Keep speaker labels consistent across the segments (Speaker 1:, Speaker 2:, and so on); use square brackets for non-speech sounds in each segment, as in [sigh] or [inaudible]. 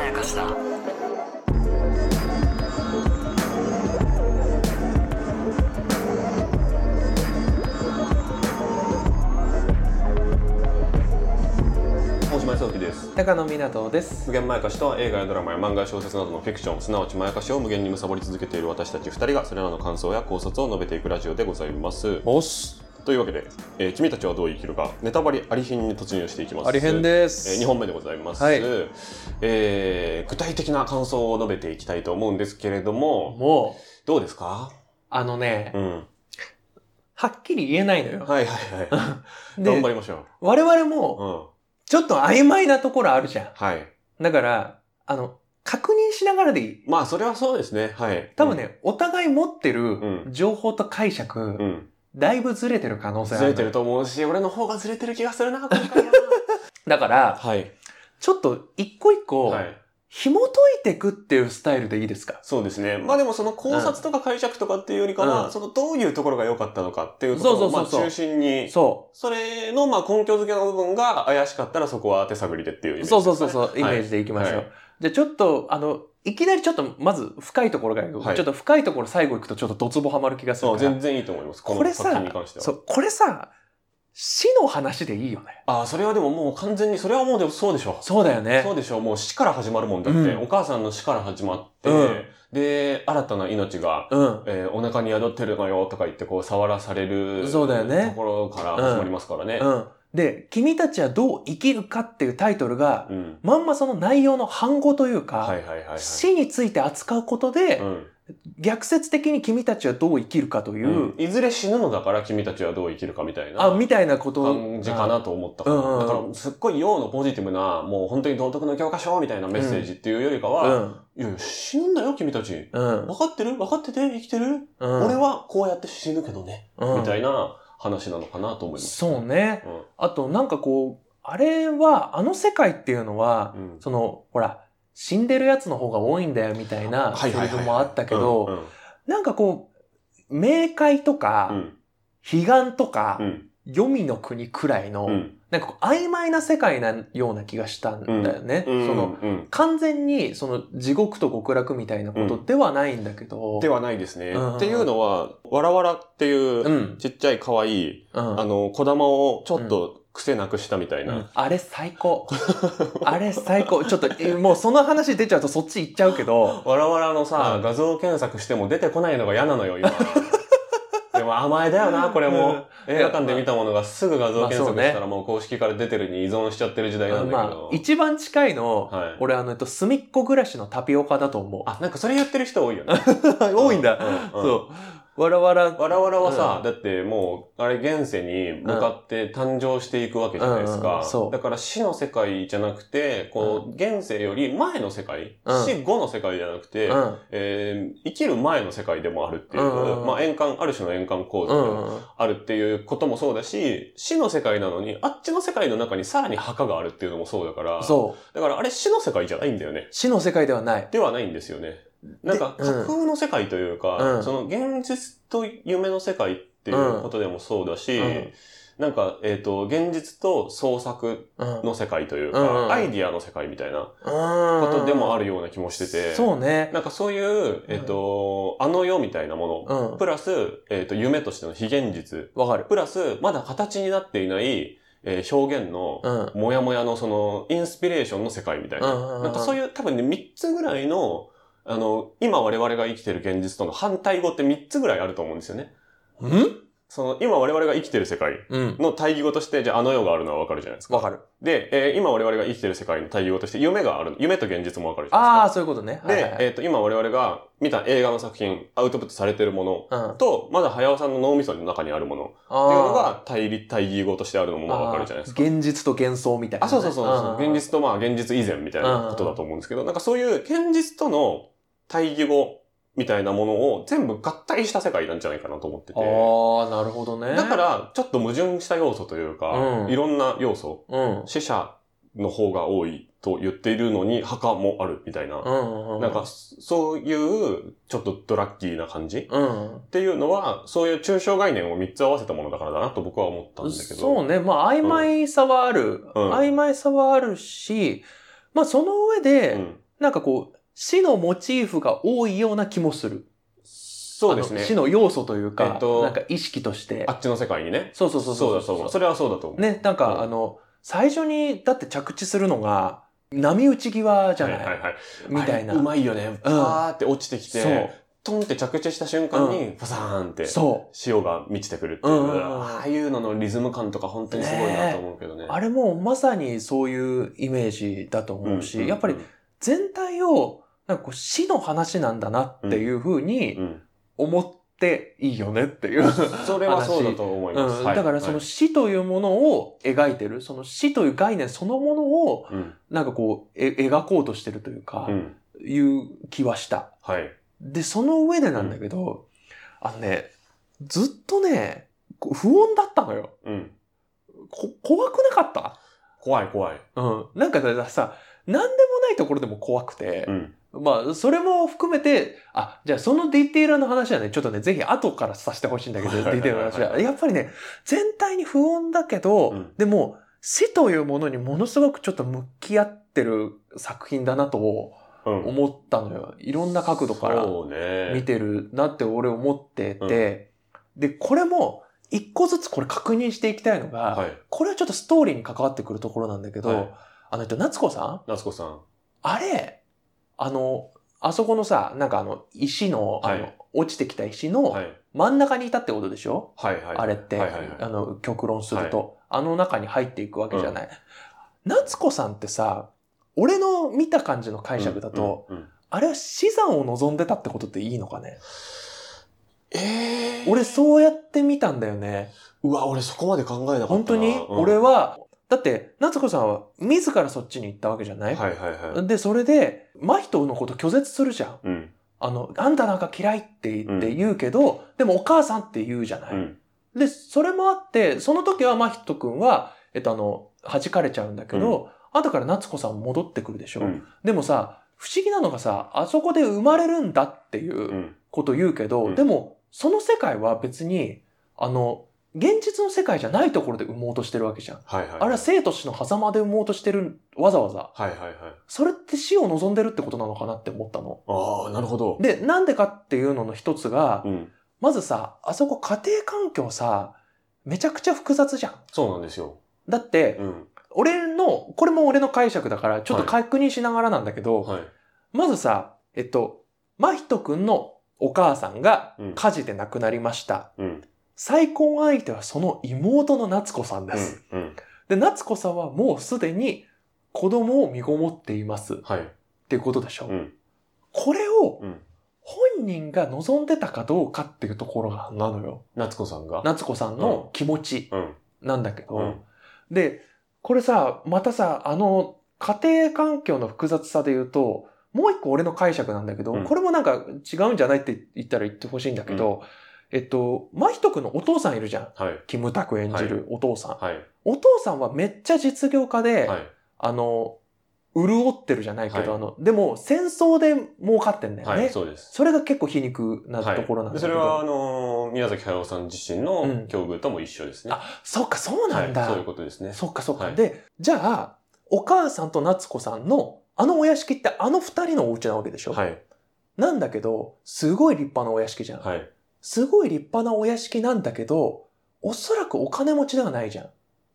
Speaker 1: やかしだ
Speaker 2: 大島康之です
Speaker 3: 高野湊です
Speaker 2: 無限まやかしとは映画やドラマや漫画や小説などのフィクションすなわちまやかしを無限に貪り続けている私たち2人がそれらの感想や考察を述べていくラジオでございます
Speaker 3: おっす
Speaker 2: というわけで、えー君たちはどう生きるかネタバレあり編に突入していきます
Speaker 3: ありへんで
Speaker 2: え
Speaker 3: す
Speaker 2: 2本目でございます、
Speaker 3: はい
Speaker 2: えー具体的な感想を述べていきたいと思うんですけれども
Speaker 3: もう
Speaker 2: どうですか
Speaker 3: あのね、
Speaker 2: うん
Speaker 3: はっきり言えないのよ、
Speaker 2: はいはいはい頑
Speaker 3: で
Speaker 2: 張りましょ
Speaker 3: 我々
Speaker 2: うう
Speaker 3: も
Speaker 2: ん
Speaker 3: ちょっと曖昧なところあるじゃ
Speaker 2: はい
Speaker 3: んだからあの確認しながらでいい
Speaker 2: まあそれはそうですねはい
Speaker 3: 多分ね、お互い持って
Speaker 2: う
Speaker 3: る情報と解釈、
Speaker 2: うん、うん、
Speaker 3: だいぶずれてる可能性あ
Speaker 2: ず
Speaker 3: る
Speaker 2: れ
Speaker 3: の
Speaker 2: てると思うし俺の方がずれてる気がするな今回な
Speaker 3: だから
Speaker 2: はい
Speaker 3: ちょっと一個一個
Speaker 2: はい
Speaker 3: 紐解いていくっていうスタイルでいいですか
Speaker 2: そうですね。まあでもその考察とか解釈とかっていうよりかは、
Speaker 3: うん
Speaker 2: そのどういうところが良かったのかっていうところ
Speaker 3: そう
Speaker 2: を
Speaker 3: そ
Speaker 2: ま
Speaker 3: う
Speaker 2: あ
Speaker 3: そうそう
Speaker 2: 中心に、
Speaker 3: そ
Speaker 2: それのまあ根拠づけの部分が怪しかったらそこは手探りでっていうイメー
Speaker 3: う
Speaker 2: ジ
Speaker 3: そうそうそう
Speaker 2: う。
Speaker 3: そう、
Speaker 2: はい
Speaker 3: イメージでいきましょう、
Speaker 2: はい
Speaker 3: じゃあちょっとあのいきなりちょっとまず深いところからいく、
Speaker 2: はい
Speaker 3: ちょっと深いところ最後いくとちょっとドツボハマる気がす
Speaker 2: そ
Speaker 3: る
Speaker 2: う、
Speaker 3: から
Speaker 2: 全然いいと思います。
Speaker 3: これさ
Speaker 2: の作品に関しては。
Speaker 3: そうこれさ死の話でいいよね
Speaker 2: ああ、それはでももう完全に、それはもうでもそうでしょ。
Speaker 3: そうだよね
Speaker 2: そうでしょ。もう死から始まるもんだって、
Speaker 3: うん
Speaker 2: お母さんの死から始まって、
Speaker 3: うん
Speaker 2: で、新たな命が、
Speaker 3: うん
Speaker 2: えーお腹に宿ってるのよとか言ってこう触らされる
Speaker 3: そうだよね
Speaker 2: ところから始まりますからね。
Speaker 3: うんで「君たちはどう生きるか」っていうタイトルが
Speaker 2: うん。
Speaker 3: まんまその内容の反語というか、
Speaker 2: はいはいはいはい。
Speaker 3: 死について扱うことで、
Speaker 2: うん
Speaker 3: 逆説的に君たちはどう生きるかという、
Speaker 2: うんいずれ死ぬのだから君たちはどう生きるかみたい
Speaker 3: あ
Speaker 2: な
Speaker 3: みたいなこと
Speaker 2: 感じかなと思ったから、
Speaker 3: うんうんうん
Speaker 2: だからすっごい陽のポジティブなもう本当に道徳の教科書みたいなメッセージっていうよりか
Speaker 3: う
Speaker 2: は、
Speaker 3: ん
Speaker 2: いやいや死ぬんだよ君たち
Speaker 3: うん
Speaker 2: 分かってる分かってて生きてる、
Speaker 3: うん
Speaker 2: 俺はこうやって死ぬけどね、
Speaker 3: うん
Speaker 2: みたいな話なのかなと思います。
Speaker 3: そうね
Speaker 2: うん
Speaker 3: あとなんかこうあれはあの世界っていうのは、
Speaker 2: うん
Speaker 3: そのほら死んでるやつの方が多いんだよみたいな
Speaker 2: はい
Speaker 3: セ
Speaker 2: はいは
Speaker 3: リ
Speaker 2: い
Speaker 3: フもあったけ
Speaker 2: うん
Speaker 3: どなんかこう冥界とか、
Speaker 2: うん
Speaker 3: 彼岸とか
Speaker 2: う、ん
Speaker 3: 黄泉の国くらいの、
Speaker 2: うん
Speaker 3: なんかこう曖昧な世界なような気がしたんだよね。
Speaker 2: うん
Speaker 3: その
Speaker 2: うん
Speaker 3: 完全にその地獄と極楽みたいなことではないんだけど。
Speaker 2: ではないですね、
Speaker 3: うんうんうん
Speaker 2: っていうのはわらわらっていう、
Speaker 3: うん。
Speaker 2: ちっちゃい可愛い
Speaker 3: うん。
Speaker 2: あの小玉をちょっと癖なくしたみたいな、
Speaker 3: うんあれ最高。あれ最高。ちょっと、えもうその話出ちゃうとそっち行っちゃうけど。
Speaker 2: わらわらのさ、
Speaker 3: うん
Speaker 2: 画像検索しても出てこないのが嫌なのよ、 [laughs] 今。でも甘えだよな、これも。映画館で見たものがすぐ画像検索したらもう公式から出てるに依存しちゃってる時代なんだけ
Speaker 3: ま
Speaker 2: ど
Speaker 3: あ、。一番近いの、
Speaker 2: はい
Speaker 3: 俺あの、えっと、隅っこ暮らしのタピオカだと思う。
Speaker 2: あ、なんかそれやってる [laughs] 人多いよね。
Speaker 3: 多いんだ。
Speaker 2: うん。うん
Speaker 3: そう。わらわら。
Speaker 2: わらわらはさ、
Speaker 3: うん
Speaker 2: だってもう、あれ現世に向かって誕生していくわけじゃないです
Speaker 3: うんうん
Speaker 2: か
Speaker 3: うん。そう
Speaker 2: だから死の世界じゃなくて、こう、現世より前の世界、
Speaker 3: うん
Speaker 2: 死後の世界じゃなくて、
Speaker 3: うん。
Speaker 2: えー生きる前の世界でもあるっていう、
Speaker 3: うんうんうん
Speaker 2: まあ円環、ある種の円環構
Speaker 3: う
Speaker 2: 造で
Speaker 3: んうん。
Speaker 2: あるっていうこともそうだし、死の世界なのに、あっちの世界の中にさらに墓があるっていうのもそうだから、
Speaker 3: そう。
Speaker 2: だからあれ死の世界じゃないんだよね。
Speaker 3: 死の世界ではない。
Speaker 2: ではないんですよね。なんか
Speaker 3: で
Speaker 2: 架
Speaker 3: うん
Speaker 2: 空の世界というか、
Speaker 3: うん
Speaker 2: その現実と夢の世界っていうことでもそうだし、
Speaker 3: うん
Speaker 2: なんか、えっ、と、現実と創作
Speaker 3: うん。
Speaker 2: の世界というか、
Speaker 3: うんうん
Speaker 2: アイディアの世界みたいなこ
Speaker 3: こと
Speaker 2: でもあ
Speaker 3: る
Speaker 2: るような気もしてて、
Speaker 3: そうね。
Speaker 2: なんかそういう、えっ、と、あの世みたいなもの、
Speaker 3: うん。
Speaker 2: プラス、えっ、と、夢としての非現実。
Speaker 3: わかる。
Speaker 2: プラス、まだ形になっていない、えー表現の、
Speaker 3: うん。うん
Speaker 2: もやもやのその、インスピレーションの世界みたいな。
Speaker 3: うん。
Speaker 2: なんかそう
Speaker 3: いう。
Speaker 2: いう、多分ね、3つぐらいの、あの、今我々が生きてる現実との反対語って3つぐらいあると思うんですよね。
Speaker 3: うん
Speaker 2: その、今我々が生きてる世界
Speaker 3: うん。
Speaker 2: の対義語として、じゃああの世があるのはわかるじゃないですか。
Speaker 3: わかる。
Speaker 2: で、えー今我々が生きてる世界の対義語として、夢がある。夢と現実もわかるじゃないですか
Speaker 3: あ。あ、そういうことね。はいはい
Speaker 2: で、
Speaker 3: はい
Speaker 2: えっ、と、今我々が見た映画の作品、アウトプットされてるも
Speaker 3: うん。
Speaker 2: のと、まだ早尾さんの脳みその中にあるものっていうのが対立、対義語としてあるのもまあわかるじゃないですか。
Speaker 3: あー現実と幻想みたいなね、
Speaker 2: あ、そうそうそうそう、
Speaker 3: ん
Speaker 2: 現実とまあ現実以前みたいなことだと思うんですけど、なんかそういう現実との対義語みたいなものを全部合体した世界なんじゃないかなと思ってて。
Speaker 3: ああ、なるほどね。
Speaker 2: だか、ら、ちょっと矛盾した要素というか、
Speaker 3: うん
Speaker 2: いろんな要素、
Speaker 3: うん。
Speaker 2: 死者の方が多いと言っているのに墓もあるみたいな。
Speaker 3: うん、うん。
Speaker 2: なんか、、そういう、ちょっとドラッキーな感じっ
Speaker 3: うん。
Speaker 2: ていうのは、そういう抽象概念を3つ合わせたものだからだなと僕は思ったんだけど。
Speaker 3: そうね。まあ、曖昧さはある。
Speaker 2: うん
Speaker 3: 曖昧さはあるし、まあ、その上で、
Speaker 2: うん
Speaker 3: なんかこう、死のモチーフが多いような気もする。
Speaker 2: そうです
Speaker 3: あ
Speaker 2: ね
Speaker 3: の。死の要素というか、
Speaker 2: えっと
Speaker 3: なんか意識として
Speaker 2: あ。っちの世界にね。
Speaker 3: そうそうそう
Speaker 2: そうだそうだ。それはそうだと思う。
Speaker 3: ね、なん
Speaker 2: うん
Speaker 3: かあの、最初にだって着地するのが、波打ち際じゃ
Speaker 2: はい
Speaker 3: な,、
Speaker 2: はいいはい。
Speaker 3: みたいな。
Speaker 2: あれうまいよね。パーって落ちてきて、
Speaker 3: そう。
Speaker 2: トンって着地した瞬間に、パサーンって、
Speaker 3: そ
Speaker 2: 塩が満ちてくるっていう、
Speaker 3: うんうんうん
Speaker 2: ああいうののリズム感とか本当にすごいなと思うけどね。
Speaker 3: う。あれもまさにそういうイメージだと思うし、
Speaker 2: んんん
Speaker 3: やっぱり、全体を、なんかこう死の話なんだなっていうふうに
Speaker 2: うん
Speaker 3: 思っていいよねっていう。
Speaker 2: それはそうだと思います。
Speaker 3: うん、
Speaker 2: はい
Speaker 3: だからその
Speaker 2: はい
Speaker 3: 死というものを描いてる、その死という概念そのものを、
Speaker 2: うん
Speaker 3: なんかこう、え描こうとしてるというか
Speaker 2: う、ん
Speaker 3: いう気はした。
Speaker 2: はい。
Speaker 3: で、その上でなんだけど、あのね、ずっとね、こう不穏だったのよ。
Speaker 2: うん
Speaker 3: こ怖くなかった
Speaker 2: 怖い怖い。
Speaker 3: うん。なんかささ、なんでもないところでも怖くて、
Speaker 2: うん
Speaker 3: まあ、それも含めて、あ、じゃあそのディテールの話はね、ちょっとね、ぜひ後からさせてほしいんだけど、
Speaker 2: は
Speaker 3: デ
Speaker 2: いはいはい
Speaker 3: ィテールの話は。やっぱりね、全体に不穏だけど、
Speaker 2: うん
Speaker 3: でも、死というものにものすごくちょっと向き合ってる作品だなと
Speaker 2: うん
Speaker 3: 思ったのよ。いろんな角度から
Speaker 2: そうね。
Speaker 3: 見てるなって俺思ってて、で、これも、一個ずつこれ確認していきたいのが、
Speaker 2: はい。
Speaker 3: これはちょっとストーリーに関わってくるところなんだけど、
Speaker 2: はい
Speaker 3: あの人、夏子さん
Speaker 2: 夏子さん。
Speaker 3: あれ、あの、あそこのさ、なんかあの、石の、あの、
Speaker 2: はい
Speaker 3: 落ちてきた石
Speaker 2: は
Speaker 3: の
Speaker 2: い。
Speaker 3: 真ん中にいたってことでしょ、
Speaker 2: はいはい。
Speaker 3: あれって、
Speaker 2: はいはいはい
Speaker 3: あの、極論すると、あの中に入っていくわけじゃない。夏子さんってさ、俺の見た感じの解釈だと、
Speaker 2: うん、うんうん
Speaker 3: あれは死産を望んでたってことっていいのかね
Speaker 2: えー
Speaker 3: 俺そうやって見たんだよね。
Speaker 2: うわ、俺そこまで考えなかったな。
Speaker 3: 本当に、
Speaker 2: うん
Speaker 3: 俺、は、だって、夏子さんは自らそっちに行ったわけじゃな
Speaker 2: はい
Speaker 3: い、
Speaker 2: はいはい。
Speaker 3: で、それで、真人のこと拒絶するじゃん。
Speaker 2: うん。
Speaker 3: あの、あんたなんか嫌いって
Speaker 2: う
Speaker 3: 言
Speaker 2: ん
Speaker 3: って言うけど、でもお母さんって言うじゃない。
Speaker 2: うん。
Speaker 3: で、それもあって、その時はまひとくんは、えっとあの、弾かれちゃうんだけど、後から夏子さん戻ってくるでしょ。
Speaker 2: うん。
Speaker 3: でもさ、不思議なのがさ、あそこで生まれるんだっていううんこと言うけど、
Speaker 2: うん
Speaker 3: でも、その世界は別に、あの、現実の世界じゃないところで産もうとしてるわけじゃん。
Speaker 2: はいはい。
Speaker 3: あれは生と死の狭間で産もうとしてる、わざわざ。
Speaker 2: はいはいはい。
Speaker 3: それって死を望んでるってことなのかなって思ったの。
Speaker 2: ああ、なるほど。
Speaker 3: で、なんでかっていうのの一つが、
Speaker 2: うん。
Speaker 3: まずさ、あそこ家庭環境さ、めちゃくちゃ複雑じゃん。
Speaker 2: そうなんですよ。
Speaker 3: だって
Speaker 2: う、ん。
Speaker 3: 俺の、これも俺の解釈だから、ちょっと確認しながらなんだけど、
Speaker 2: はい。
Speaker 3: まずさ、えっと、まひとくんのお母さんが
Speaker 2: うん
Speaker 3: 火事で亡くなりました。
Speaker 2: うん。
Speaker 3: 再婚相手はその妹の夏子さんです。
Speaker 2: うん。うん。
Speaker 3: で、夏子さんはもうすでに子供を身ごもっています。っ
Speaker 2: はい。
Speaker 3: ていうことでしょ。
Speaker 2: うん。
Speaker 3: これを
Speaker 2: うん。
Speaker 3: 本人が望んでたかどうかっていうところがなのよ。
Speaker 2: 夏子さんが。
Speaker 3: 夏子さんの気持ち
Speaker 2: うん。
Speaker 3: なんだけど、
Speaker 2: うん。
Speaker 3: で、これさ、またさ、あの、家庭環境の複雑さで言うと、もう一個俺の解釈なんだけど、
Speaker 2: うん
Speaker 3: これもなんか違うんじゃないって言ったら言ってほしいんだけど、えっと、真人くんのお父さんいるじゃん。
Speaker 2: はい。
Speaker 3: キムタク演じるお父さん。
Speaker 2: はい。
Speaker 3: お父さんはめっちゃ実業家で、
Speaker 2: はい。
Speaker 3: あの、潤ってるじゃないけど、
Speaker 2: はい
Speaker 3: あの、でも戦争で儲かってんだよね。
Speaker 2: はい。そうです。
Speaker 3: それが結構皮肉なところなん
Speaker 2: はい
Speaker 3: だ
Speaker 2: でそ
Speaker 3: け
Speaker 2: れ
Speaker 3: ど。
Speaker 2: は、あのー、宮崎駿さん自身
Speaker 3: う
Speaker 2: の
Speaker 3: ん
Speaker 2: 境遇とも一緒ですね。
Speaker 3: あ、そっか、そうなんだ。
Speaker 2: はいそういうことですね。
Speaker 3: そっかそっか。
Speaker 2: はい
Speaker 3: で、じゃあ、お母さんと夏子さんの、あのお屋敷ってあの二人のお家なわけでしょ、
Speaker 2: はい。
Speaker 3: なんだけど、すごい立派なお屋敷じゃん。
Speaker 2: はい。
Speaker 3: すごい立派なお屋敷なんだけど、おそらくお金持ちではないじゃん。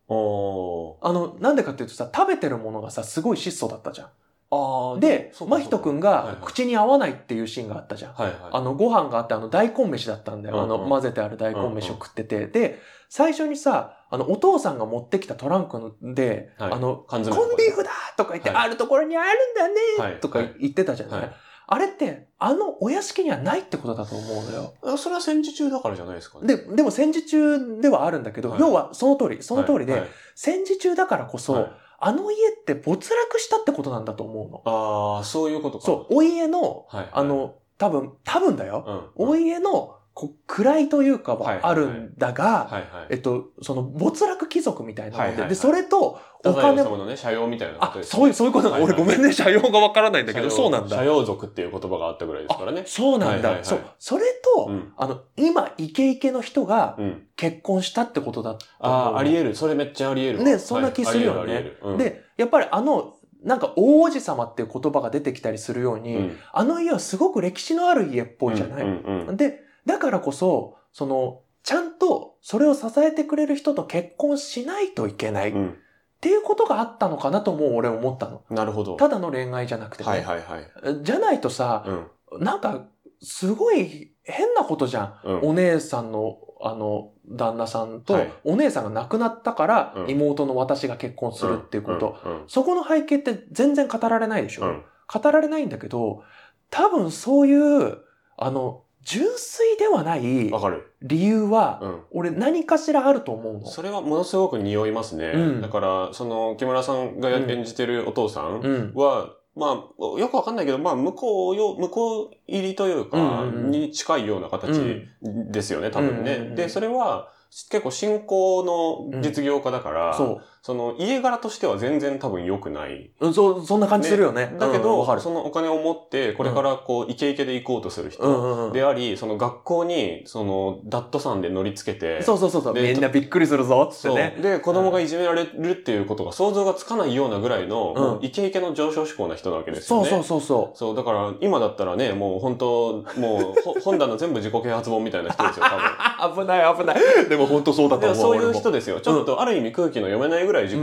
Speaker 2: おー。
Speaker 3: あの、なんでかっていうとさ、食べてるものがさ、すごい質素だったじゃ
Speaker 2: あ
Speaker 3: ん。で、真人くん
Speaker 2: はい
Speaker 3: が
Speaker 2: はい
Speaker 3: 口に合わないっていうシーンがあったじゃん。
Speaker 2: はいはい。
Speaker 3: あの、ご飯があって、あの、大根飯だったんだよ。あ
Speaker 2: うんう
Speaker 3: の、
Speaker 2: ん
Speaker 3: 混ぜてある大根飯を食ってて。で、最初にさ、あの、お父さんが持ってきたトランクので、
Speaker 2: はい
Speaker 3: あの、
Speaker 2: 缶詰
Speaker 3: コンビーフだとか言って、
Speaker 2: はい
Speaker 3: あるところにあるんだね
Speaker 2: はい
Speaker 3: とか言ってたじゃない、
Speaker 2: はい
Speaker 3: あれって、あのお屋敷にはないってことだと思うのよ。
Speaker 2: あそれは戦時中だからじゃないですかね。
Speaker 3: で、でも戦時中ではあるんだけど、
Speaker 2: はい
Speaker 3: 要はその通り、その通りで、
Speaker 2: はいはい
Speaker 3: 戦時中だからこそ、
Speaker 2: はい
Speaker 3: あの家って没落したってことなんだと思うの。
Speaker 2: ああ、そういうことか。
Speaker 3: そう、お家の、
Speaker 2: う。はい。
Speaker 3: あの、多分、多分だよ。
Speaker 2: うん、
Speaker 3: お家の、こう、位というか
Speaker 2: はい
Speaker 3: はあるんだ
Speaker 2: は
Speaker 3: が、
Speaker 2: いはい。
Speaker 3: えっと、その、没落貴族みたいなもんで、
Speaker 2: はいはいはい
Speaker 3: で、それと、お
Speaker 2: 太宰
Speaker 3: 金
Speaker 2: 治
Speaker 3: も、
Speaker 2: のね、社用みたいなこ
Speaker 3: あ
Speaker 2: と、ですね、
Speaker 3: そういう、そういうことな
Speaker 2: はい
Speaker 3: の。
Speaker 2: はい
Speaker 3: 俺ごめんね、社用がわからないんだけど、
Speaker 2: 社
Speaker 3: そ
Speaker 2: 用
Speaker 3: うなんだ
Speaker 2: 社。用族っていう言葉があったぐらいですからね。
Speaker 3: そうなんだ。
Speaker 2: はいはいはい
Speaker 3: そう。それと、
Speaker 2: うん。
Speaker 3: あの、今、イケイケの人が
Speaker 2: うん。
Speaker 3: 結婚したってことだと思う
Speaker 2: ああ、あり得る。それめっちゃあり得るわ。
Speaker 3: ねそんな気するよね
Speaker 2: あり得るあり得るうん、
Speaker 3: で、やっぱりあの、なんか大王子様っていう言葉が出てきたりするように、
Speaker 2: うん
Speaker 3: あの家はすごく歴史のある家っぽいじゃない、
Speaker 2: うんうんうん
Speaker 3: で、だからこそ、その、ちゃんとそれを支えてくれる人と結婚しないといけないっ
Speaker 2: うん
Speaker 3: ていうことがあったのかなとも俺思ったの。
Speaker 2: なるほど。
Speaker 3: ただの恋愛じゃなくてね。
Speaker 2: はいはいはい。
Speaker 3: じゃないとさ、
Speaker 2: うん。
Speaker 3: なんか、すごい変なことじゃん。
Speaker 2: うん。
Speaker 3: お姉さんの、あの、旦那さんと
Speaker 2: はい、
Speaker 3: お姉さんが亡くなったから
Speaker 2: う、ん
Speaker 3: 妹の私が結婚するっていうこと。
Speaker 2: うん。うん
Speaker 3: そこの背景って全然語られないでしょ、
Speaker 2: うん
Speaker 3: 語られないんだけど、多分そういう、あの、純粋ではない
Speaker 2: わかる。
Speaker 3: 理由は、
Speaker 2: うん。
Speaker 3: 俺何かしらあると思うの。
Speaker 2: それはものすごく匂いますね。
Speaker 3: うん
Speaker 2: だから、その、木村さんがや
Speaker 3: うん
Speaker 2: 演じてるお父さん
Speaker 3: うん。
Speaker 2: は、まあ、よくわかんないけど、まあ、向こうよ、向こう入りというか
Speaker 3: う、んうんうん
Speaker 2: に近いような形ですよね、多分
Speaker 3: うんうんう
Speaker 2: ね。
Speaker 3: ん
Speaker 2: で、それは、結構信仰の実業家だから、
Speaker 3: そ
Speaker 2: その家柄としては全然多分良くない。
Speaker 3: う。うんそ、そんな感じするよね。
Speaker 2: だけ
Speaker 3: うん
Speaker 2: ど、
Speaker 3: わかる。
Speaker 2: そのお金を持って、これからこう、イケイケで行こうとする人、
Speaker 3: うんうんうん。
Speaker 2: であり、その学校に、その、ダットさんで乗りつけて、
Speaker 3: そうそうそうそう。
Speaker 2: で
Speaker 3: みんなびっくりするぞっつ
Speaker 2: そ
Speaker 3: っ
Speaker 2: う
Speaker 3: てね。
Speaker 2: で、子供がいじめられるっていうことが想像がつかないようなぐらいの、
Speaker 3: うん
Speaker 2: もうイケイケの上昇志向な人なわけですよ
Speaker 3: そ
Speaker 2: ね。
Speaker 3: うそうそうそ
Speaker 2: そうだから、今だったらね、もう本当、もう、ほ [laughs] 本棚全部自己啓発本みたいな人ですよ、多 [laughs] 分。
Speaker 3: う。危ない危ない。 [laughs] でも本当そうだ
Speaker 2: で
Speaker 3: と
Speaker 2: も
Speaker 3: 思
Speaker 2: そ
Speaker 3: う。
Speaker 2: ういう
Speaker 3: 俺も
Speaker 2: 人ですよ。ちょっとある意味空気の読めないぐらい自己,、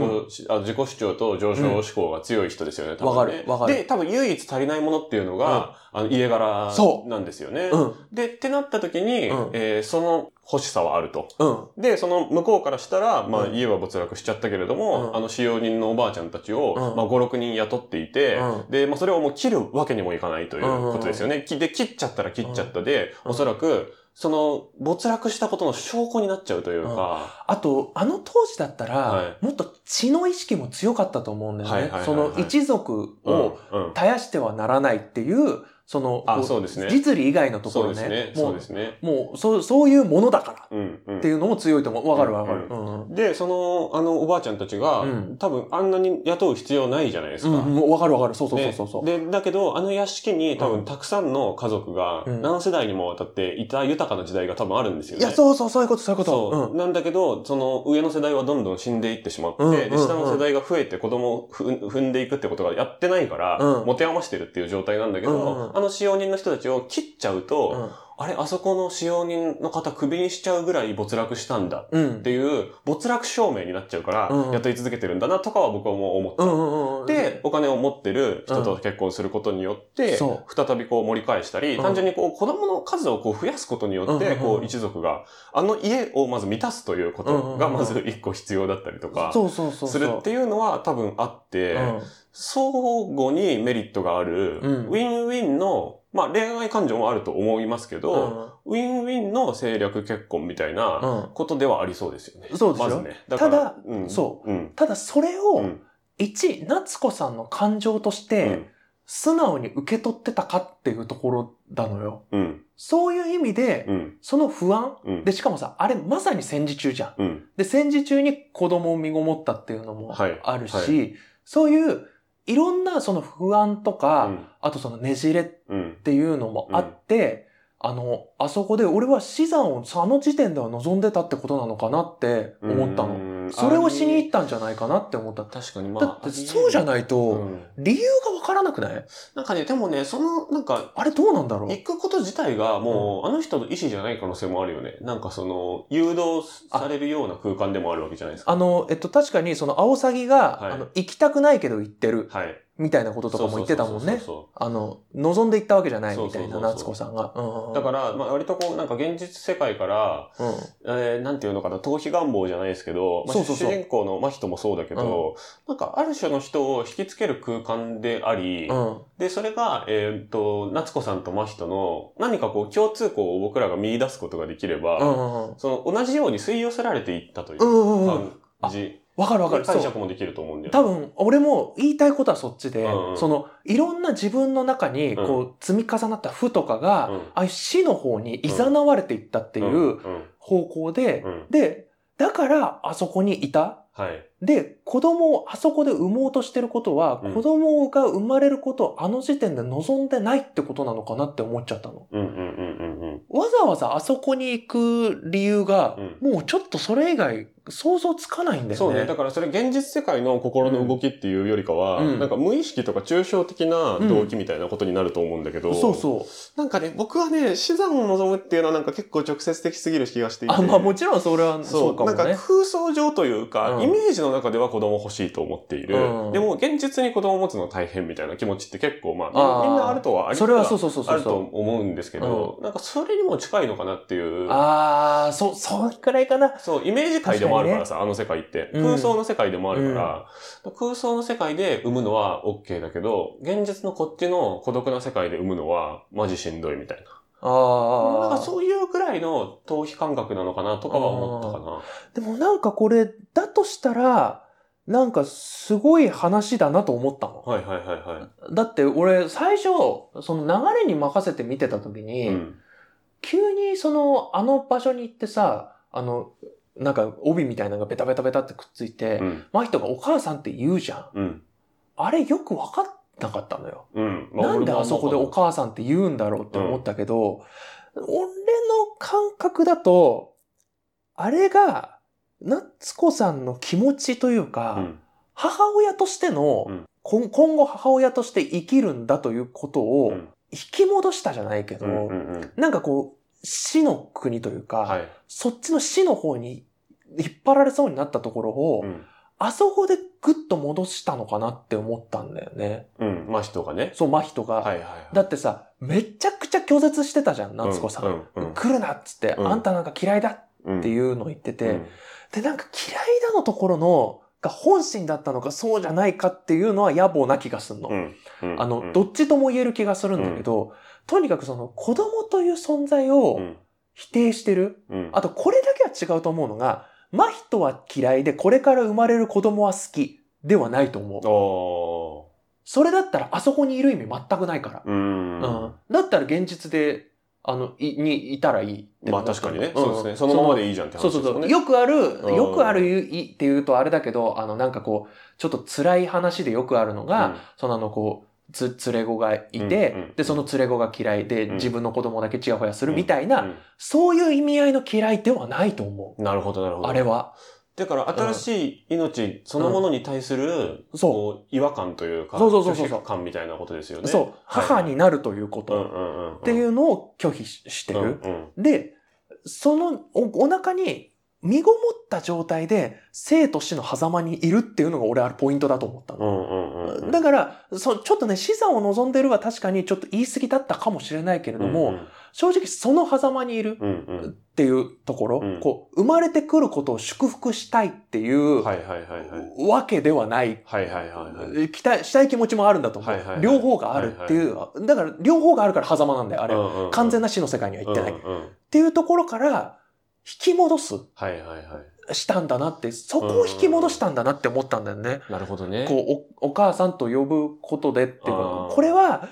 Speaker 2: あ自己主張と上昇志向が強い人ですよね、多分ね
Speaker 3: わかるわかる
Speaker 2: で、多分唯一足りないものっていうのが、あの家柄
Speaker 3: そ
Speaker 2: なんですよね。
Speaker 3: うん。
Speaker 2: で、ってなった時に、
Speaker 3: うん
Speaker 2: えーその欲しさはあると。
Speaker 3: うん。
Speaker 2: で、その向こうからしたら、まあ、
Speaker 3: うん
Speaker 2: 家は没落しちゃったけれども、
Speaker 3: うん
Speaker 2: あの使用人のおばあちゃんたちを、
Speaker 3: うん
Speaker 2: まあ、5、6人雇っていて、
Speaker 3: う
Speaker 2: で、まあ、それをもう切るわけにもいかないということですよね。きで、切っちゃったら切っちゃったで、
Speaker 3: うん
Speaker 2: おそらく、その、没落したことの証拠になっちゃうというか、
Speaker 3: あと、あの当時だったら、
Speaker 2: は
Speaker 3: もっと血の意識も強かったと思うんだよね。
Speaker 2: はいはいはいはい
Speaker 3: その一族を
Speaker 2: うん、うん
Speaker 3: 絶やしてはならないっていう、その、
Speaker 2: あ
Speaker 3: こ
Speaker 2: そうですね
Speaker 3: 実利以外のとこ
Speaker 2: そう
Speaker 3: ろ
Speaker 2: で
Speaker 3: ね。
Speaker 2: すね。
Speaker 3: も
Speaker 2: そう
Speaker 3: う
Speaker 2: ですね。
Speaker 3: もうそう、そういうものだから
Speaker 2: うん、うん
Speaker 3: って。いうのも強いと思う。わかるわかる。
Speaker 2: う
Speaker 3: うんうん。
Speaker 2: で、その、あの、おばあちゃんたちが、
Speaker 3: うん
Speaker 2: 多分、あんなに雇う必要ないじゃないです
Speaker 3: う
Speaker 2: か。
Speaker 3: ん、もうわかるわかる。そうそうそう
Speaker 2: ね
Speaker 3: そうそう。
Speaker 2: で、だけど、あの屋敷に多
Speaker 3: う
Speaker 2: 分
Speaker 3: ん
Speaker 2: たくさんの家族が
Speaker 3: うん
Speaker 2: 何世代にもわたっていた豊かな時代が多分あるんですよ
Speaker 3: い
Speaker 2: ね。
Speaker 3: や、そうそう、そういうこと、そういうこと。
Speaker 2: そう
Speaker 3: うん。
Speaker 2: なんだけど、その上の世代はどんどん死んでいってしまって、
Speaker 3: うんう
Speaker 2: で、
Speaker 3: ん
Speaker 2: 下の世代が増えて子供をふん踏んでいくってことがやってないから、
Speaker 3: うん
Speaker 2: 持て余してるっていう状態なんだけど、
Speaker 3: うんうん
Speaker 2: あの使用人の人たちを切っちゃうと、あれ、あそこの使用人の方首にしちゃうぐらい没落したんだ。
Speaker 3: うん。うん
Speaker 2: っていう没落証明になっちゃうから、
Speaker 3: うん
Speaker 2: 雇い続けてるんだなとかは僕はもう思った
Speaker 3: うんうんうん。
Speaker 2: で、、お金を持ってる人と結婚することによって、
Speaker 3: そ
Speaker 2: 再びこう盛り返したり、
Speaker 3: うん
Speaker 2: 単純にこう子供の数をこう増やすことによっ
Speaker 3: うんうん
Speaker 2: て、
Speaker 3: うん
Speaker 2: こう一族が、あの家をまず満たすというこ
Speaker 3: うんう
Speaker 2: と
Speaker 3: ん
Speaker 2: が
Speaker 3: うん
Speaker 2: まず一個必要だったりとか、
Speaker 3: そうそうそうそう。
Speaker 2: するっていうのは多分あって、
Speaker 3: うん
Speaker 2: 相互にメリットがある、
Speaker 3: うん
Speaker 2: ウィンウィンの、まあ恋愛感情もあると思いますけど、ウィンウィンの政略結婚みたいな
Speaker 3: うん。
Speaker 2: ことではありそうですよね。
Speaker 3: そうですよ
Speaker 2: まずね。から
Speaker 3: ただ
Speaker 2: うん。
Speaker 3: そう
Speaker 2: うん。
Speaker 3: ただ、それ
Speaker 2: う
Speaker 3: を、
Speaker 2: ん。
Speaker 3: 一、夏子さんの感情とし
Speaker 2: う
Speaker 3: て、
Speaker 2: ん
Speaker 3: 素直に受け取ってたかっていうところなのよ。
Speaker 2: うん。
Speaker 3: そういう意味で、
Speaker 2: うん。
Speaker 3: その不安。
Speaker 2: うん。
Speaker 3: で、しかもさ、あれまさに戦時中じゃん。
Speaker 2: うん。
Speaker 3: で、戦時中に子供を身ごもったっていうのも
Speaker 2: はい
Speaker 3: あるし、
Speaker 2: は
Speaker 3: そういういろんなその不安とか、
Speaker 2: うん
Speaker 3: あとそのねじれっ
Speaker 2: うん。
Speaker 3: ていうのもあって、あの、あそこで俺は死産をあの時点では望んでたってことなのかなって思ったの。
Speaker 2: の
Speaker 3: それをしに行ったんじゃないかなって思った。
Speaker 2: 確かにまあ
Speaker 3: だってそうじゃ
Speaker 2: な
Speaker 3: ない
Speaker 2: と
Speaker 3: と、理由がわからなくない
Speaker 2: なんかねでもねそのなんか
Speaker 3: あれどうなんだろう
Speaker 2: 行くこと自体がもう、あの人の意思じゃない可能性もあるよねなんかその誘導されるような空間でもあるわけじゃないですか
Speaker 3: あの、えっと、確かに、その、アオサギが、
Speaker 2: はい
Speaker 3: あの、行きたくないけど行ってる、
Speaker 2: はい
Speaker 3: みたいなこととかも言ってたもんね
Speaker 2: そうそうそう。そう
Speaker 3: あの、望んで行ったわけじゃない
Speaker 2: そう
Speaker 3: み
Speaker 2: そうそう
Speaker 3: たい
Speaker 2: そう
Speaker 3: な、夏子さんが。うんうんうん
Speaker 2: だから、まあ、割とこうなんか現実世界から、
Speaker 3: うん
Speaker 2: えー、なんていうのかな逃避願望じゃないですけど、まあ
Speaker 3: そうそうそう
Speaker 2: 主人公の真人もそうだけど、なんかある種の人を引きつける空間であり、
Speaker 3: うん。
Speaker 2: で、それが、えーっと、夏子さんと真人の何かこう共通項を僕らが見出すことができれば、
Speaker 3: うんうんうん。
Speaker 2: その同じように吸い寄せられていったといううん
Speaker 3: うんうん。
Speaker 2: 感じ、
Speaker 3: わかるわかる。そ
Speaker 2: 解
Speaker 3: う。
Speaker 2: 釈もできると思うんだよ
Speaker 3: 多
Speaker 2: ね。
Speaker 3: 分、俺も言いたいことはそっちで
Speaker 2: うんう、ん
Speaker 3: その、いろんな自分の中に、こう、積み重なった負とかが、ああいう死の方に誘われていったってい
Speaker 2: うん
Speaker 3: う方向で
Speaker 2: う、んうん
Speaker 3: で、だから、あそこにいた
Speaker 2: はい。
Speaker 3: で、子供をあそこで産もうとしてることは、
Speaker 2: うん
Speaker 3: 子供が生まれることをあの時点で望んでないってことなのかなって思っちゃったの。
Speaker 2: うんうんうんうんうん。
Speaker 3: わざわざあそこに行く理由が、
Speaker 2: うん
Speaker 3: もうちょっとそれ以外想像つかないんだよね。
Speaker 2: そうね。だからそれ現実世界の心の動きっていうよりかは、
Speaker 3: うん
Speaker 2: なんか無意識とか抽象的な動機みたいなことになると思うんだけど、
Speaker 3: そうそう。
Speaker 2: なんかね、僕はね、死産を望むっていうのはなんか結構直接的すぎる気がしていて。
Speaker 3: あ、まあもちろんそれは
Speaker 2: そ
Speaker 3: そううかも
Speaker 2: なん
Speaker 3: ね
Speaker 2: か。空想上というか、
Speaker 3: うん
Speaker 2: イメージの中では子供欲しいと思っている、
Speaker 3: うん
Speaker 2: でも現実に子供持つの大変みたいな気持ちって結構まあみ
Speaker 3: あー
Speaker 2: みんなあるとはあり
Speaker 3: それはそ
Speaker 2: う
Speaker 3: うそうそう
Speaker 2: あ
Speaker 3: そう
Speaker 2: ると思うんですけど、なんかそれにも近いのかなっていう。
Speaker 3: ああ、そ、そんくらいかな。
Speaker 2: そう、イメージ界でもあるからさ、あの世界って。
Speaker 3: うん
Speaker 2: 空想の世界でもあるから、空想の世界で産むのは OK だけど、現実のこっちの孤独な世界で産むのはマジしんどいみたいな。なん
Speaker 3: あ
Speaker 2: か
Speaker 3: あ。
Speaker 2: そういうくらいの逃避感覚なのかなとかは思ったかな。
Speaker 3: でもなんかこれ、だとしたら、なんかすごい話だなと思ったの。
Speaker 2: はいはいはいは
Speaker 3: だって俺、最初、その流れに任せて見てた時
Speaker 2: い。
Speaker 3: に、
Speaker 2: うん。
Speaker 3: 急にその、あの場所に行ってさ、あの、なんか帯みたいなのがベタベタベタってくっついて、
Speaker 2: うん。
Speaker 3: 真人がお母さんって言うじゃん。
Speaker 2: うん。
Speaker 3: あれよくわかんなかったのよ。
Speaker 2: うん。ま
Speaker 3: なん
Speaker 2: 俺
Speaker 3: で
Speaker 2: も
Speaker 3: あそこでお母さんって言うんだろうって思ったけど、俺の感覚だと、あれが、夏子さんの気持ちというか、
Speaker 2: うん。
Speaker 3: 母親としての、
Speaker 2: うん
Speaker 3: 今今後母親として生きるんだということ
Speaker 2: う
Speaker 3: を
Speaker 2: ん
Speaker 3: 引き戻したじゃないけど、
Speaker 2: うん。うん。うん。
Speaker 3: なんかこう、死の国というか、
Speaker 2: はい。
Speaker 3: そっちの死の方に引っ張られそうになったところを、
Speaker 2: うん。
Speaker 3: あそこでグッと戻したのかなって思ったんだよね。
Speaker 2: うん。まあ人がね。
Speaker 3: そう、真人が。
Speaker 2: はいはいはい。
Speaker 3: だってさ、めちゃくちゃ拒絶してたじゃん、夏子さん。
Speaker 2: うん。うん。
Speaker 3: 来るなっつって、
Speaker 2: うん
Speaker 3: あんたなんか嫌いだっ
Speaker 2: うん。
Speaker 3: ていうのを言ってて、
Speaker 2: うん
Speaker 3: で、なんか嫌いだのところの、が本心だったのかそうじゃないかっていうのは野暮な気がすんの。
Speaker 2: うん。うん。
Speaker 3: あの、
Speaker 2: うん
Speaker 3: どっちとも言える気がするんだけど、とにかくその子供という存在を
Speaker 2: うん。
Speaker 3: 否定してる。
Speaker 2: うん。
Speaker 3: あと、これだけは違うと思うのが、真人は嫌いで、これから生まれる子供は好きではないと思う。
Speaker 2: お
Speaker 3: それだったら、あそこにいる意味全くないから。
Speaker 2: ー。うん。
Speaker 3: うん。だったら現実で、あの、い、にいたらいいって
Speaker 2: ま
Speaker 3: 思
Speaker 2: あ
Speaker 3: った
Speaker 2: 確かにね。
Speaker 3: ん
Speaker 2: そうですね。そのまま
Speaker 3: いい
Speaker 2: でいいじゃんって話
Speaker 3: そ
Speaker 2: です
Speaker 3: うそ
Speaker 2: よ
Speaker 3: う
Speaker 2: ね。
Speaker 3: そう。よくある、
Speaker 2: ん
Speaker 3: よくある言ういっていうとあれだけど、あの、なんかこう、ちょっと辛い話でよくあるのが、そのあの、こう、つ、連れ子がいて、
Speaker 2: うんうん
Speaker 3: で、その連れ子が嫌いで、
Speaker 2: うん
Speaker 3: 自分の子供だけチヤホヤするみたいうな、
Speaker 2: ん
Speaker 3: そういう意味合いの嫌いではないと思
Speaker 2: うんなるほど、なるほ
Speaker 3: う。
Speaker 2: ど。
Speaker 3: あれ。は。
Speaker 2: だから、新しい命そのものに対する、
Speaker 3: そ
Speaker 2: こう、違和感というか、
Speaker 3: そうそうそうそう
Speaker 2: 拒否感みたいなことですよ
Speaker 3: う。
Speaker 2: ね。
Speaker 3: そう。母になるというこ
Speaker 2: うん
Speaker 3: と
Speaker 2: うんうん。っ
Speaker 3: っていううのを拒否しして
Speaker 2: んう
Speaker 3: る。
Speaker 2: ん。
Speaker 3: で、そのおお腹に身ごもった状態で生と死の狭間にいるっていうのが俺はポイントだと思った
Speaker 2: う
Speaker 3: の。
Speaker 2: んうんうんうん。
Speaker 3: だから、そちょっとね、死産を望んでるは確かにちょっと言い過ぎだったかもしれないけれども、
Speaker 2: うん
Speaker 3: 正直その狭間にいる
Speaker 2: うんう
Speaker 3: っ
Speaker 2: ん
Speaker 3: ていうところ、
Speaker 2: うん
Speaker 3: こう、生まれてくることを祝福したいっていうう、
Speaker 2: はいはいはいはい。
Speaker 3: わけではない
Speaker 2: はいはいはいはい。
Speaker 3: 期待したい気持ちもあるんだと思う、
Speaker 2: はいはいはい
Speaker 3: 両方があるっていう、だから両方があるから狭間なんだよあれ、
Speaker 2: うんうんうん
Speaker 3: 完全な死の世界には行ってない、
Speaker 2: う
Speaker 3: っ
Speaker 2: んうん
Speaker 3: ていうところから引き戻す
Speaker 2: はいはいはい。
Speaker 3: したんだなってそこを引き戻したんだなって思ったんだよね、
Speaker 2: なるほどね。
Speaker 3: こうおお母さんと呼ぶことでっていう
Speaker 2: あ
Speaker 3: か
Speaker 2: ー
Speaker 3: これは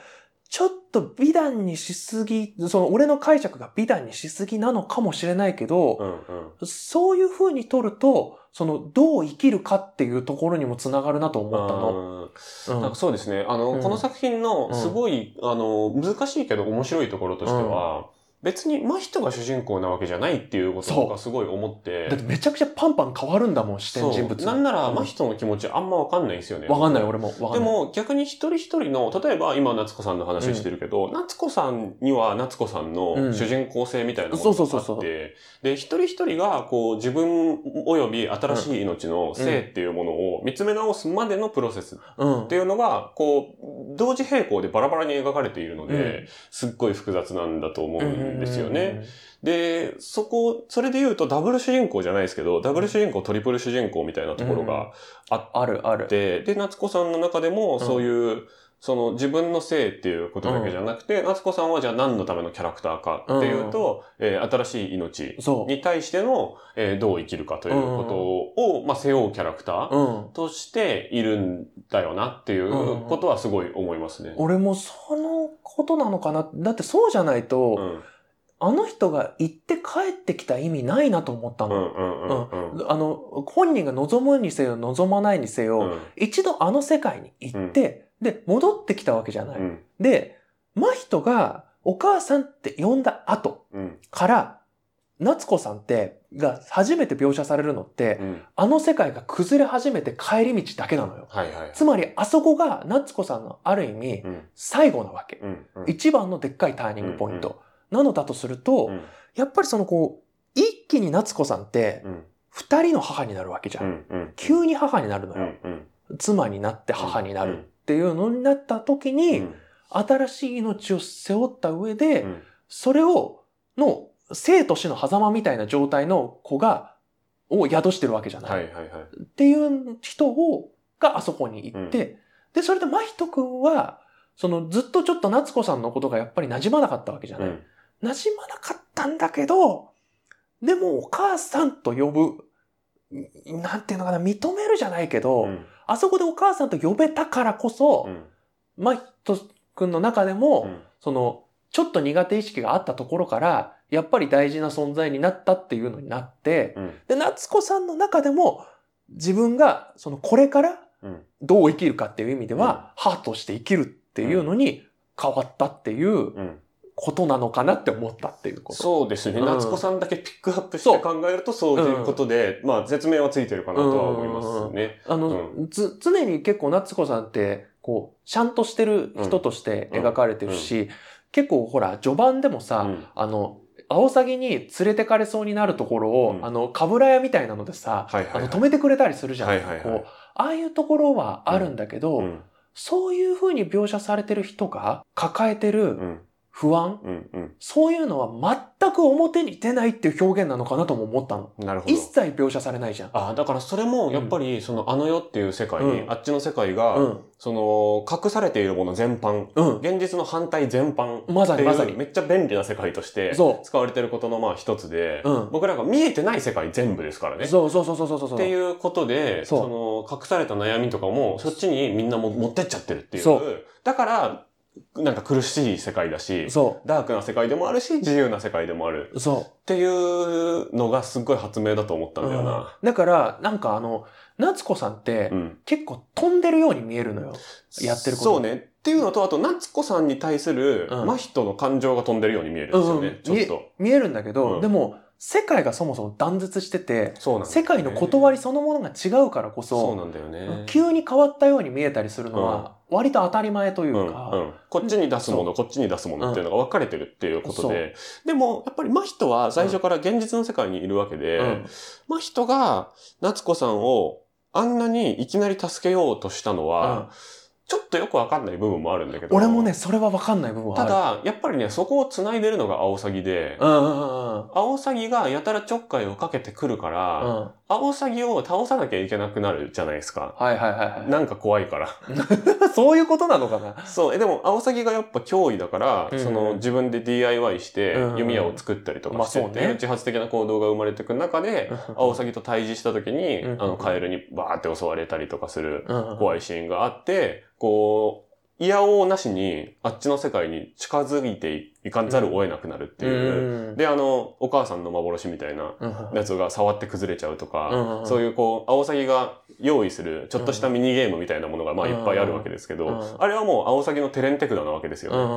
Speaker 3: ちょっと美談にしすぎその俺の解釈が美談にしすぎなのかもしれないけど、
Speaker 2: うんうん。
Speaker 3: そういう風に取るとそのどう生きるかっていうところにもつながるなと思ったの。
Speaker 2: うん
Speaker 3: うん
Speaker 2: なんかそうですね。あの、
Speaker 3: うん
Speaker 2: この作品のすごい、あの、難しいけど面白いところとしては、別に真人が主人公なわけじゃないっていうこと
Speaker 3: そう
Speaker 2: がすごい思って
Speaker 3: だっ、てめちゃくちゃパンパン変わるんだもん、視点人物
Speaker 2: そう
Speaker 3: が
Speaker 2: なんなら真人の気持ちあんまわかんないんですよね。
Speaker 3: わかんない、俺も。わか
Speaker 2: で
Speaker 3: んない。
Speaker 2: も逆に一人一人の、例えば今夏子さんの話してるけど、夏子さんには夏子さん
Speaker 3: う
Speaker 2: の
Speaker 3: ん
Speaker 2: 主人公性みたいなも
Speaker 3: そ
Speaker 2: の
Speaker 3: う
Speaker 2: が
Speaker 3: そうそう
Speaker 2: あ
Speaker 3: そう
Speaker 2: って、で、一人一人がこう自分及び新しい命の性っていうものを見つめ直すまでのプロセス
Speaker 3: うん
Speaker 2: っていうのが、こう、同時並行でバラバラに描かれているので、すっごい複雑なんだと思うんですよね。。で、そこ、それで言うとダブル主人公じゃないですけど、ダブル主人公、トリプル主人公みたいなところがあ
Speaker 3: あるある
Speaker 2: っ。て、で、夏子さんの中でも
Speaker 3: ん
Speaker 2: そういう、その自分の性っていうことだけじゃなくて、夏子さんはじゃあ何のためのキャラクターかっていうと、えー新しい命
Speaker 3: そう。
Speaker 2: に対しての、えーどう生きるかということを、まあ、背負うキャラクター。
Speaker 3: うん。
Speaker 2: としているんだよなっていうことはすごい思いますね。
Speaker 3: 俺もそのことなのかな。だってそうじゃないうと、
Speaker 2: ん
Speaker 3: あの人が行って帰ってきた意味ないなと思った
Speaker 2: うんう
Speaker 3: の。
Speaker 2: んうんうん
Speaker 3: あの、本人が望むにせよ、望まないにせ
Speaker 2: う
Speaker 3: よ、
Speaker 2: ん
Speaker 3: 一度あの世界に行って、で、戻ってきたわけじゃな
Speaker 2: う
Speaker 3: い。
Speaker 2: ん
Speaker 3: で、真人がお母さんって呼んだ後
Speaker 2: うん
Speaker 3: から、夏子さんって、が初めて描写されるのって、
Speaker 2: うん。
Speaker 3: あの世界が崩れ始めて帰り道だけなのよ。
Speaker 2: はいはい。
Speaker 3: つまり、あそこが夏子さんのある意味、
Speaker 2: うん。
Speaker 3: 最後なわけ。
Speaker 2: うん。うん
Speaker 3: 一番のでっかいターニングポイント。なのだとする
Speaker 2: う
Speaker 3: と、
Speaker 2: ん。
Speaker 3: やっぱりそのこう、一気に夏子さんって、
Speaker 2: うん。
Speaker 3: 二人の母になるわけじゃ。
Speaker 2: うんん。うん。
Speaker 3: 急に母になるの
Speaker 2: う
Speaker 3: よ。
Speaker 2: ん。うん。
Speaker 3: 妻になって母になるっていうのになった時
Speaker 2: うん。
Speaker 3: に、
Speaker 2: うん。
Speaker 3: 新しい命を背負った上
Speaker 2: う
Speaker 3: で、
Speaker 2: ん
Speaker 3: それを、の、生と死の狭間みたいな状態の子が、を宿してるわけじゃない。
Speaker 2: はいはいはい。
Speaker 3: っていう人を、があそこに行って、で、それで真人くんは、そのずっとちょっと夏子さんのことがやっぱり馴染まなかったわけじゃ
Speaker 2: う
Speaker 3: ない。
Speaker 2: ん。
Speaker 3: 馴染まなかったんだけど、でもお母さんと呼ぶ、んなんていうのかな、認めるじゃないけど、
Speaker 2: うん。
Speaker 3: あそこでお母さんと呼べたからこそ、
Speaker 2: うん。
Speaker 3: 真人くんの中でも、
Speaker 2: うん
Speaker 3: その、ちょっと苦手意識があったところから、やっぱり大事な存在になったっていうのになって、
Speaker 2: うん
Speaker 3: で、夏子さんの中でも、自分が、その、これから
Speaker 2: うん。
Speaker 3: どう生きるかっていう意味では、母として生きるっていうのに変わったっていう
Speaker 2: うん。
Speaker 3: ことなのかなって思ったっていうこと。
Speaker 2: そうですね。
Speaker 3: うん
Speaker 2: 夏子さんだけピックアップし
Speaker 3: そ
Speaker 2: て
Speaker 3: う
Speaker 2: 考えるとそういうことで、まあ説明はついてるかなとは思いますね。
Speaker 3: あの、つ、常に結構夏子さんって、こう、ちゃんとしてる人として描かれてるし、結構ほら、序盤でもさ、
Speaker 2: うん
Speaker 3: あの、アオサギに連れてかれそうになるところを、
Speaker 2: うん
Speaker 3: あの、かぶら屋みたいなのでさ、
Speaker 2: はいはいはい
Speaker 3: あの止めてくれたりするじゃん、
Speaker 2: はいはいはい
Speaker 3: こう、ああいうところはあるんだけど、
Speaker 2: うん
Speaker 3: そういう風に描写されてる人が抱えて
Speaker 2: う
Speaker 3: る
Speaker 2: ん
Speaker 3: 不安、
Speaker 2: うんうん
Speaker 3: そういうのは全く表に出ないっていう表現なのかなとも思ったの。
Speaker 2: なるほど
Speaker 3: 一。切描写されないじゃん。
Speaker 2: あだからそれもやっぱりそのあの世っていう世界に、
Speaker 3: うん
Speaker 2: あっちの世界
Speaker 3: う
Speaker 2: が
Speaker 3: ん。
Speaker 2: その隠されているもの全般
Speaker 3: うん。
Speaker 2: 現実の反対全般
Speaker 3: まさ
Speaker 2: って
Speaker 3: に
Speaker 2: い
Speaker 3: まさに
Speaker 2: う。めっちゃ便利な世界として
Speaker 3: そ
Speaker 2: 使われてることのまあ一つで
Speaker 3: うん
Speaker 2: 僕らが見えてない世界全部ですから
Speaker 3: う。
Speaker 2: ね。
Speaker 3: そうそうそうそうそうそう。
Speaker 2: っていうことで、
Speaker 3: そう
Speaker 2: その、隠された悩みとかも、そっちにみんなも持ってっちゃってるっていう。
Speaker 3: そ
Speaker 2: だから、なんか苦しい世界だし、
Speaker 3: そ
Speaker 2: ダークな世界でもあるし、自由な世界でもある。
Speaker 3: う。そう。
Speaker 2: っていうのがすっごい発明だと思ったんだよな。
Speaker 3: だから、なんかあの、夏子さんって
Speaker 2: うん。
Speaker 3: 結構飛んでるように見えるのよ。やってること
Speaker 2: そうね。っていうのと、あと、夏子さんに対する、
Speaker 3: うん
Speaker 2: 真人の感情が飛んでるように見えるんですよね。
Speaker 3: うんうん
Speaker 2: ちょっと。
Speaker 3: 見えるんだけど、
Speaker 2: うん
Speaker 3: でも、世界がそもそも断絶してて、
Speaker 2: そうなんだよね
Speaker 3: 世界の断りそのものが違うからこ
Speaker 2: そう
Speaker 3: そ、
Speaker 2: なんだよね。
Speaker 3: 急に変わったように見えたりするのは、割と当たり前という
Speaker 2: うん
Speaker 3: か、
Speaker 2: うん、こっちに出すもの、こっちに出すものっていうのが分かれてるっていうことで、でも、やっぱり真人は最初から現実の世界にいるわけで、
Speaker 3: うん
Speaker 2: 真人が夏子さんをあんなにいきなり助けようとしたの
Speaker 3: うん
Speaker 2: は、ちょっとよく分かんない部分もあるんだけど、
Speaker 3: 俺もね、、それは分かんない部分は
Speaker 2: た
Speaker 3: ある。
Speaker 2: だ、やっぱりね、そこを繋いでるのがアオサギで、
Speaker 3: うんうんうん
Speaker 2: アオサギがやたらちょっかいをかけてくるから、
Speaker 3: うん。うん
Speaker 2: アオサギを倒さなきゃいけなくなるじゃないですか。
Speaker 3: はいはいはい
Speaker 2: なんか怖いから。
Speaker 3: はい。そういうことなのか [laughs] な。
Speaker 2: そう、え、でも、アオサギがやっぱ脅威だから、
Speaker 3: うん
Speaker 2: その自分で DIY して
Speaker 3: うん
Speaker 2: 弓矢を作ったりとか
Speaker 3: まあ
Speaker 2: して
Speaker 3: そう
Speaker 2: って、
Speaker 3: ね
Speaker 2: 自発的な行動が生まれていく中で、アオサギと対峙した時に、
Speaker 3: うん
Speaker 2: あの、カエルにバーって襲われたりとかする
Speaker 3: うん
Speaker 2: 怖いシーンがあって、こう、嫌おうなしに、あっちの世界に近づいていかざるを得なくなるっていう。
Speaker 3: うん
Speaker 2: で、あの、お母さんの幻みたいな
Speaker 3: うん
Speaker 2: やつが触って崩れちゃうとか、
Speaker 3: うん
Speaker 2: そういうこう、アオサギが用意する、ちょっとしたミニゲームみたいなものが、まあいっぱいあるわけですけど、
Speaker 3: うん
Speaker 2: あれはもうアオサギのテレンテクダなわけですよ
Speaker 3: う
Speaker 2: ね。
Speaker 3: んうん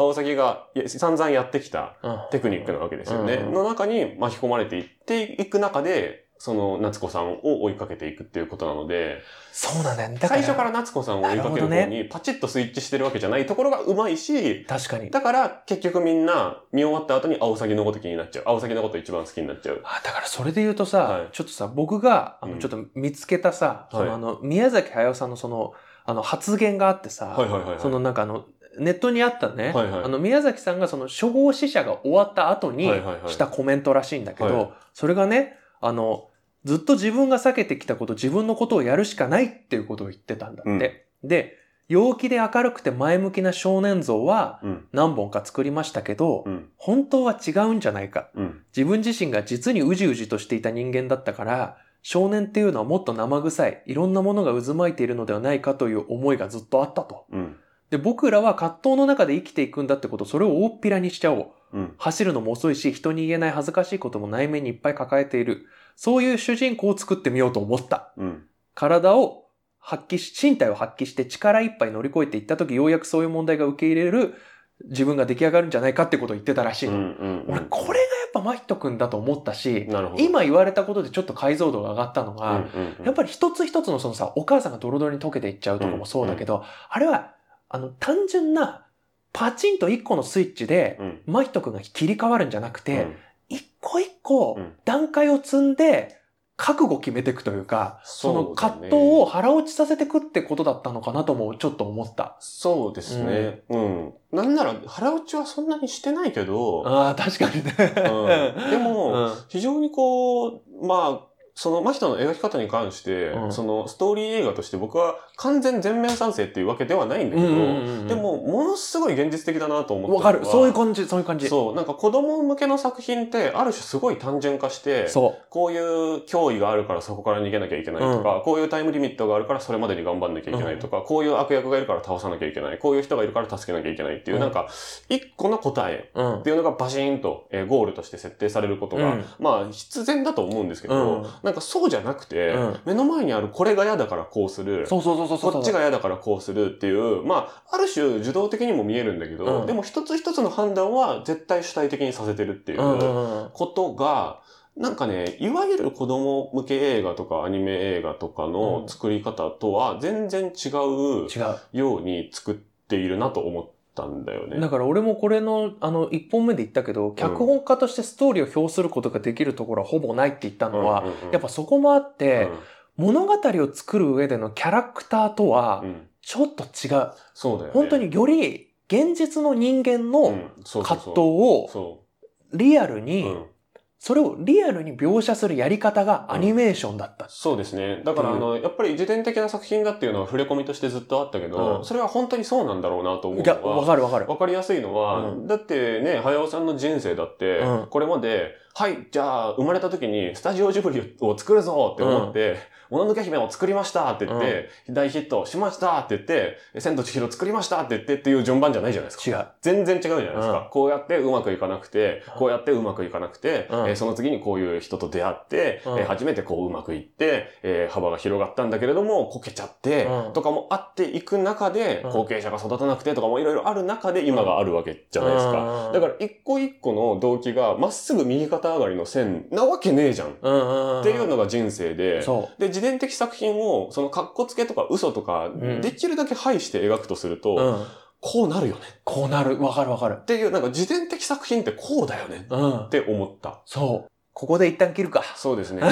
Speaker 2: アオサギがいや散々やってきた
Speaker 3: うん
Speaker 2: テクニックなわけですよね。
Speaker 3: うん
Speaker 2: の中に巻き込まれていっていく中で、その夏子さんを追いかけていくっていうことなので、
Speaker 3: そうなんだよね。だ
Speaker 2: 最初から夏子さんを追いかける
Speaker 3: なる
Speaker 2: 方
Speaker 3: ほど
Speaker 2: にパチッとスイッチしてるわけじゃないところがうまいし、
Speaker 3: 確かに。
Speaker 2: だから結局みんな見終わった後にアオサギのこと気になっちゃう。アオサギのこと一番好きになっちゃう。
Speaker 3: あだからそれで言うとさ、
Speaker 2: はい
Speaker 3: ちょっとさ、僕が、あ
Speaker 2: う
Speaker 3: の、
Speaker 2: ん
Speaker 3: ちょっと見つけたさ、そ
Speaker 2: はい
Speaker 3: のあの、宮崎駿さんのその、あの、発言があってさ、
Speaker 2: はいはいはい、はい。
Speaker 3: そのなんかあの、ネットにあったね、
Speaker 2: はいはい
Speaker 3: あの、宮崎さんがその、初号死者が終わった後に
Speaker 2: はいはいはい
Speaker 3: したコメントらしいんだけど、
Speaker 2: はい
Speaker 3: それがね、あの、ずっと自分が避けてきたこと、自分のことをやるしかないっていうことを言ってたんだって。で、陽気で明るくて前向きな少年像は
Speaker 2: うん。
Speaker 3: 何本か作りましたけど、
Speaker 2: うん。
Speaker 3: 本当は違うんじゃないか。
Speaker 2: うん。
Speaker 3: 自分自身が実にうじうじとしていた人間だったから、少年っていうのはもっと生臭い、いろんなものが渦巻いているのではないかという思いがずっとあったと。
Speaker 2: うん。
Speaker 3: で、僕らは葛藤の中で生きていくんだってこと、それを大っぴらにしちゃおう。
Speaker 2: うん。
Speaker 3: 走るのも遅いし、人に言えない恥ずかしいことも内面にいっぱい抱えている。そういう主人公を作ってみようと思った。
Speaker 2: うん。
Speaker 3: 体を発揮し、身体を発揮して力いっぱい乗り越えていった時、ようやくそういう問題が受け入れる自分が出来上がるんじゃないかってことを言ってたらしい
Speaker 2: うん
Speaker 3: の。
Speaker 2: うんうん
Speaker 3: 俺、これがやっぱマヒト君だと思ったし、
Speaker 2: なるほど。
Speaker 3: 今言われたことでちょっと解像度が上がったの
Speaker 2: うん
Speaker 3: が、
Speaker 2: うんうん、
Speaker 3: やっぱり一つ一つのそのさ、お母さんがドロドロに溶けていっちゃうとかもそうだけど、あれは、あの、単純なパチンと一個のスイッチで、
Speaker 2: うん
Speaker 3: マヒト君が切り替わるんじゃなく
Speaker 2: う
Speaker 3: て、
Speaker 2: ん
Speaker 3: 一個一個
Speaker 2: うん
Speaker 3: 段階を積んで、覚悟決めていくというか、その
Speaker 2: そうだね
Speaker 3: 葛藤を腹落ちさせていくってことだったのかなともちょっと思った。
Speaker 2: そうですね。うん。なんなら、腹落ちはそんなにしてないけど、
Speaker 3: ああ、確かにね。
Speaker 2: うんでも
Speaker 3: [laughs] うん、
Speaker 2: 非常にこう、まあ、その、真人の描き方に関して、
Speaker 3: うん
Speaker 2: その、ストーリー映画として僕は完全全面賛成っていうわけではないんだけど、で、も、ものすごい現実的だなと思って
Speaker 3: わかる。そういう
Speaker 2: こ
Speaker 3: 感じ、そういう感じ。そ
Speaker 2: そう、なんか子供向けの作品って、ある種すごい単純化して、
Speaker 3: う。
Speaker 2: こういう脅威があるからそこから逃げなきゃいけないとか、こういうタイムリミットがあるからそれまでに頑張んなきゃいけないとか、こういう悪役がいるから倒さなきゃいけない、こういう人がいるから助けなきゃいけないっていう、
Speaker 3: うん
Speaker 2: なんか、一個の答え
Speaker 3: うん。
Speaker 2: っていうのがバシーンと、えーゴールとして設定されることが、
Speaker 3: うん
Speaker 2: まあ、必然だと思うんですけど、
Speaker 3: うん
Speaker 2: なんかそうじゃなくて、
Speaker 3: うん
Speaker 2: 目の前にあるこれが嫌だからこうする、
Speaker 3: そうそうそうそうそう。
Speaker 2: こっちが嫌だからこうするっていう、まあ、ある種受動的にも見えるんだけど、
Speaker 3: うん
Speaker 2: でも一つ一つの判断は絶対主体的にさせてるっていう。
Speaker 3: うんうんうん。
Speaker 2: ことが、なんかね、いわゆる子供向け映画とかアニメ映画とか
Speaker 3: う
Speaker 2: の
Speaker 3: ん
Speaker 2: 作り方とは全然違う
Speaker 3: 違う。
Speaker 2: ように作っているなと思ったんだよね。
Speaker 3: だから俺もこれの、あの、一本目で言ったけど、脚本家としてストーリーを表することができるところはほぼないって言ったのは、
Speaker 2: うんうんうん
Speaker 3: やっぱそこもあって、
Speaker 2: う
Speaker 3: 物語を作る上でのキャラクターとは
Speaker 2: ん、うん
Speaker 3: ちょっと違う。
Speaker 2: そうだよね。
Speaker 3: 本当により現実の人間
Speaker 2: う
Speaker 3: の
Speaker 2: ん、そうそう
Speaker 3: 葛
Speaker 2: そ
Speaker 3: 藤
Speaker 2: う
Speaker 3: を
Speaker 2: そ
Speaker 3: リアル
Speaker 2: う、
Speaker 3: に、
Speaker 2: うん。
Speaker 3: それをリアルに描写するやり方がアニメーションだった。
Speaker 2: そうですね。だから、
Speaker 3: うん
Speaker 2: あの、やっぱり自伝的な作品だっていうのは触れ込みとしてずっとあったけど、
Speaker 3: うん
Speaker 2: それは本当にそうなんだろうなと思う
Speaker 3: いや、
Speaker 2: の
Speaker 3: わ
Speaker 2: は、
Speaker 3: かるわかる。
Speaker 2: わかりやすいのは、
Speaker 3: う
Speaker 2: だってね、早尾さんの人生だって、
Speaker 3: うん
Speaker 2: これまで、はい、じゃあ、生まれた時に、スタジオジブリを作るぞって思って、もののけ姫を作りましたって言って、大ヒットしましたって言って、千と千尋作りましたって言ってっていう順番じゃないじゃないですか。
Speaker 3: 違う。
Speaker 2: 全然違うじゃないですか。こうやってうまくいかなくて
Speaker 3: うん、
Speaker 2: こうやってうまくいかなくて、
Speaker 3: うん
Speaker 2: えーその次にこういう人と出会って、
Speaker 3: うん
Speaker 2: えー初めてこううまくいって、えー幅が広がったんだけれども、こけちゃって、
Speaker 3: うん
Speaker 2: とかもあっていく中で、
Speaker 3: うん
Speaker 2: 後継者が育たなくてとかもいろいろある中で今があるわけじゃないですか。
Speaker 3: か
Speaker 2: だから一個一個の動機がまっすぐ右肩上がりの線なわけねえじゃん。っ
Speaker 3: ら、うんうんん
Speaker 2: ていうのが人生で、
Speaker 3: そ
Speaker 2: で、自伝的作品を、その格好つけとか嘘とか
Speaker 3: ん、
Speaker 2: できるだけ排して描くとすると、
Speaker 3: う。うん。
Speaker 2: こうなるよね。
Speaker 3: こうなる。わかるわかる
Speaker 2: っ。ていう、なんか自伝的作品ってこうだよねっ
Speaker 3: うん。
Speaker 2: て思った。
Speaker 3: そう。ここで一旦切るか。
Speaker 2: そうです
Speaker 3: [laughs]
Speaker 2: ね。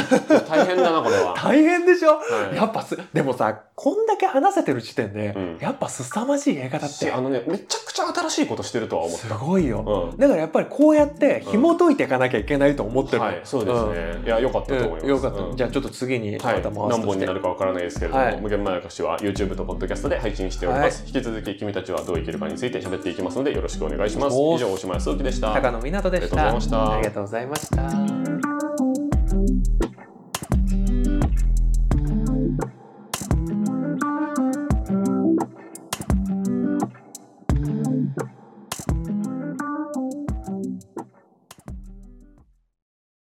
Speaker 2: 大変だな、これは。
Speaker 3: 大変でしょ
Speaker 2: はい
Speaker 3: やっぱす、でもさ、こんだけ話せてる時点で、
Speaker 2: うん
Speaker 3: やっぱ凄まじい映画だっ
Speaker 2: しあ
Speaker 3: て、
Speaker 2: のね、めちゃくちゃ新しいことしてるとは思っ
Speaker 3: すごいよ。
Speaker 2: た。
Speaker 3: だからやっぱりこうやって紐解いていかなきゃいけないと思って
Speaker 2: うん。
Speaker 3: るの、
Speaker 2: はい、そうですね。いや、良かったと思いま
Speaker 3: うん
Speaker 2: す。
Speaker 3: よかった、
Speaker 2: うん
Speaker 3: じゃあちょっと次にま
Speaker 2: はい、
Speaker 3: た
Speaker 2: 何
Speaker 3: 回すと
Speaker 2: 本
Speaker 3: し
Speaker 2: に
Speaker 3: て、
Speaker 2: なるかわからないですけれども、
Speaker 3: はい
Speaker 2: 無限まやかしは YouTube と Podcast で配信しております、引き続き君たちはどう生きるかについて喋っていきますのでよろしくお願いします
Speaker 3: おー
Speaker 2: 以上大島康之でした
Speaker 3: 高野湊斗でし
Speaker 2: ありがとうございました
Speaker 3: ありがとうございました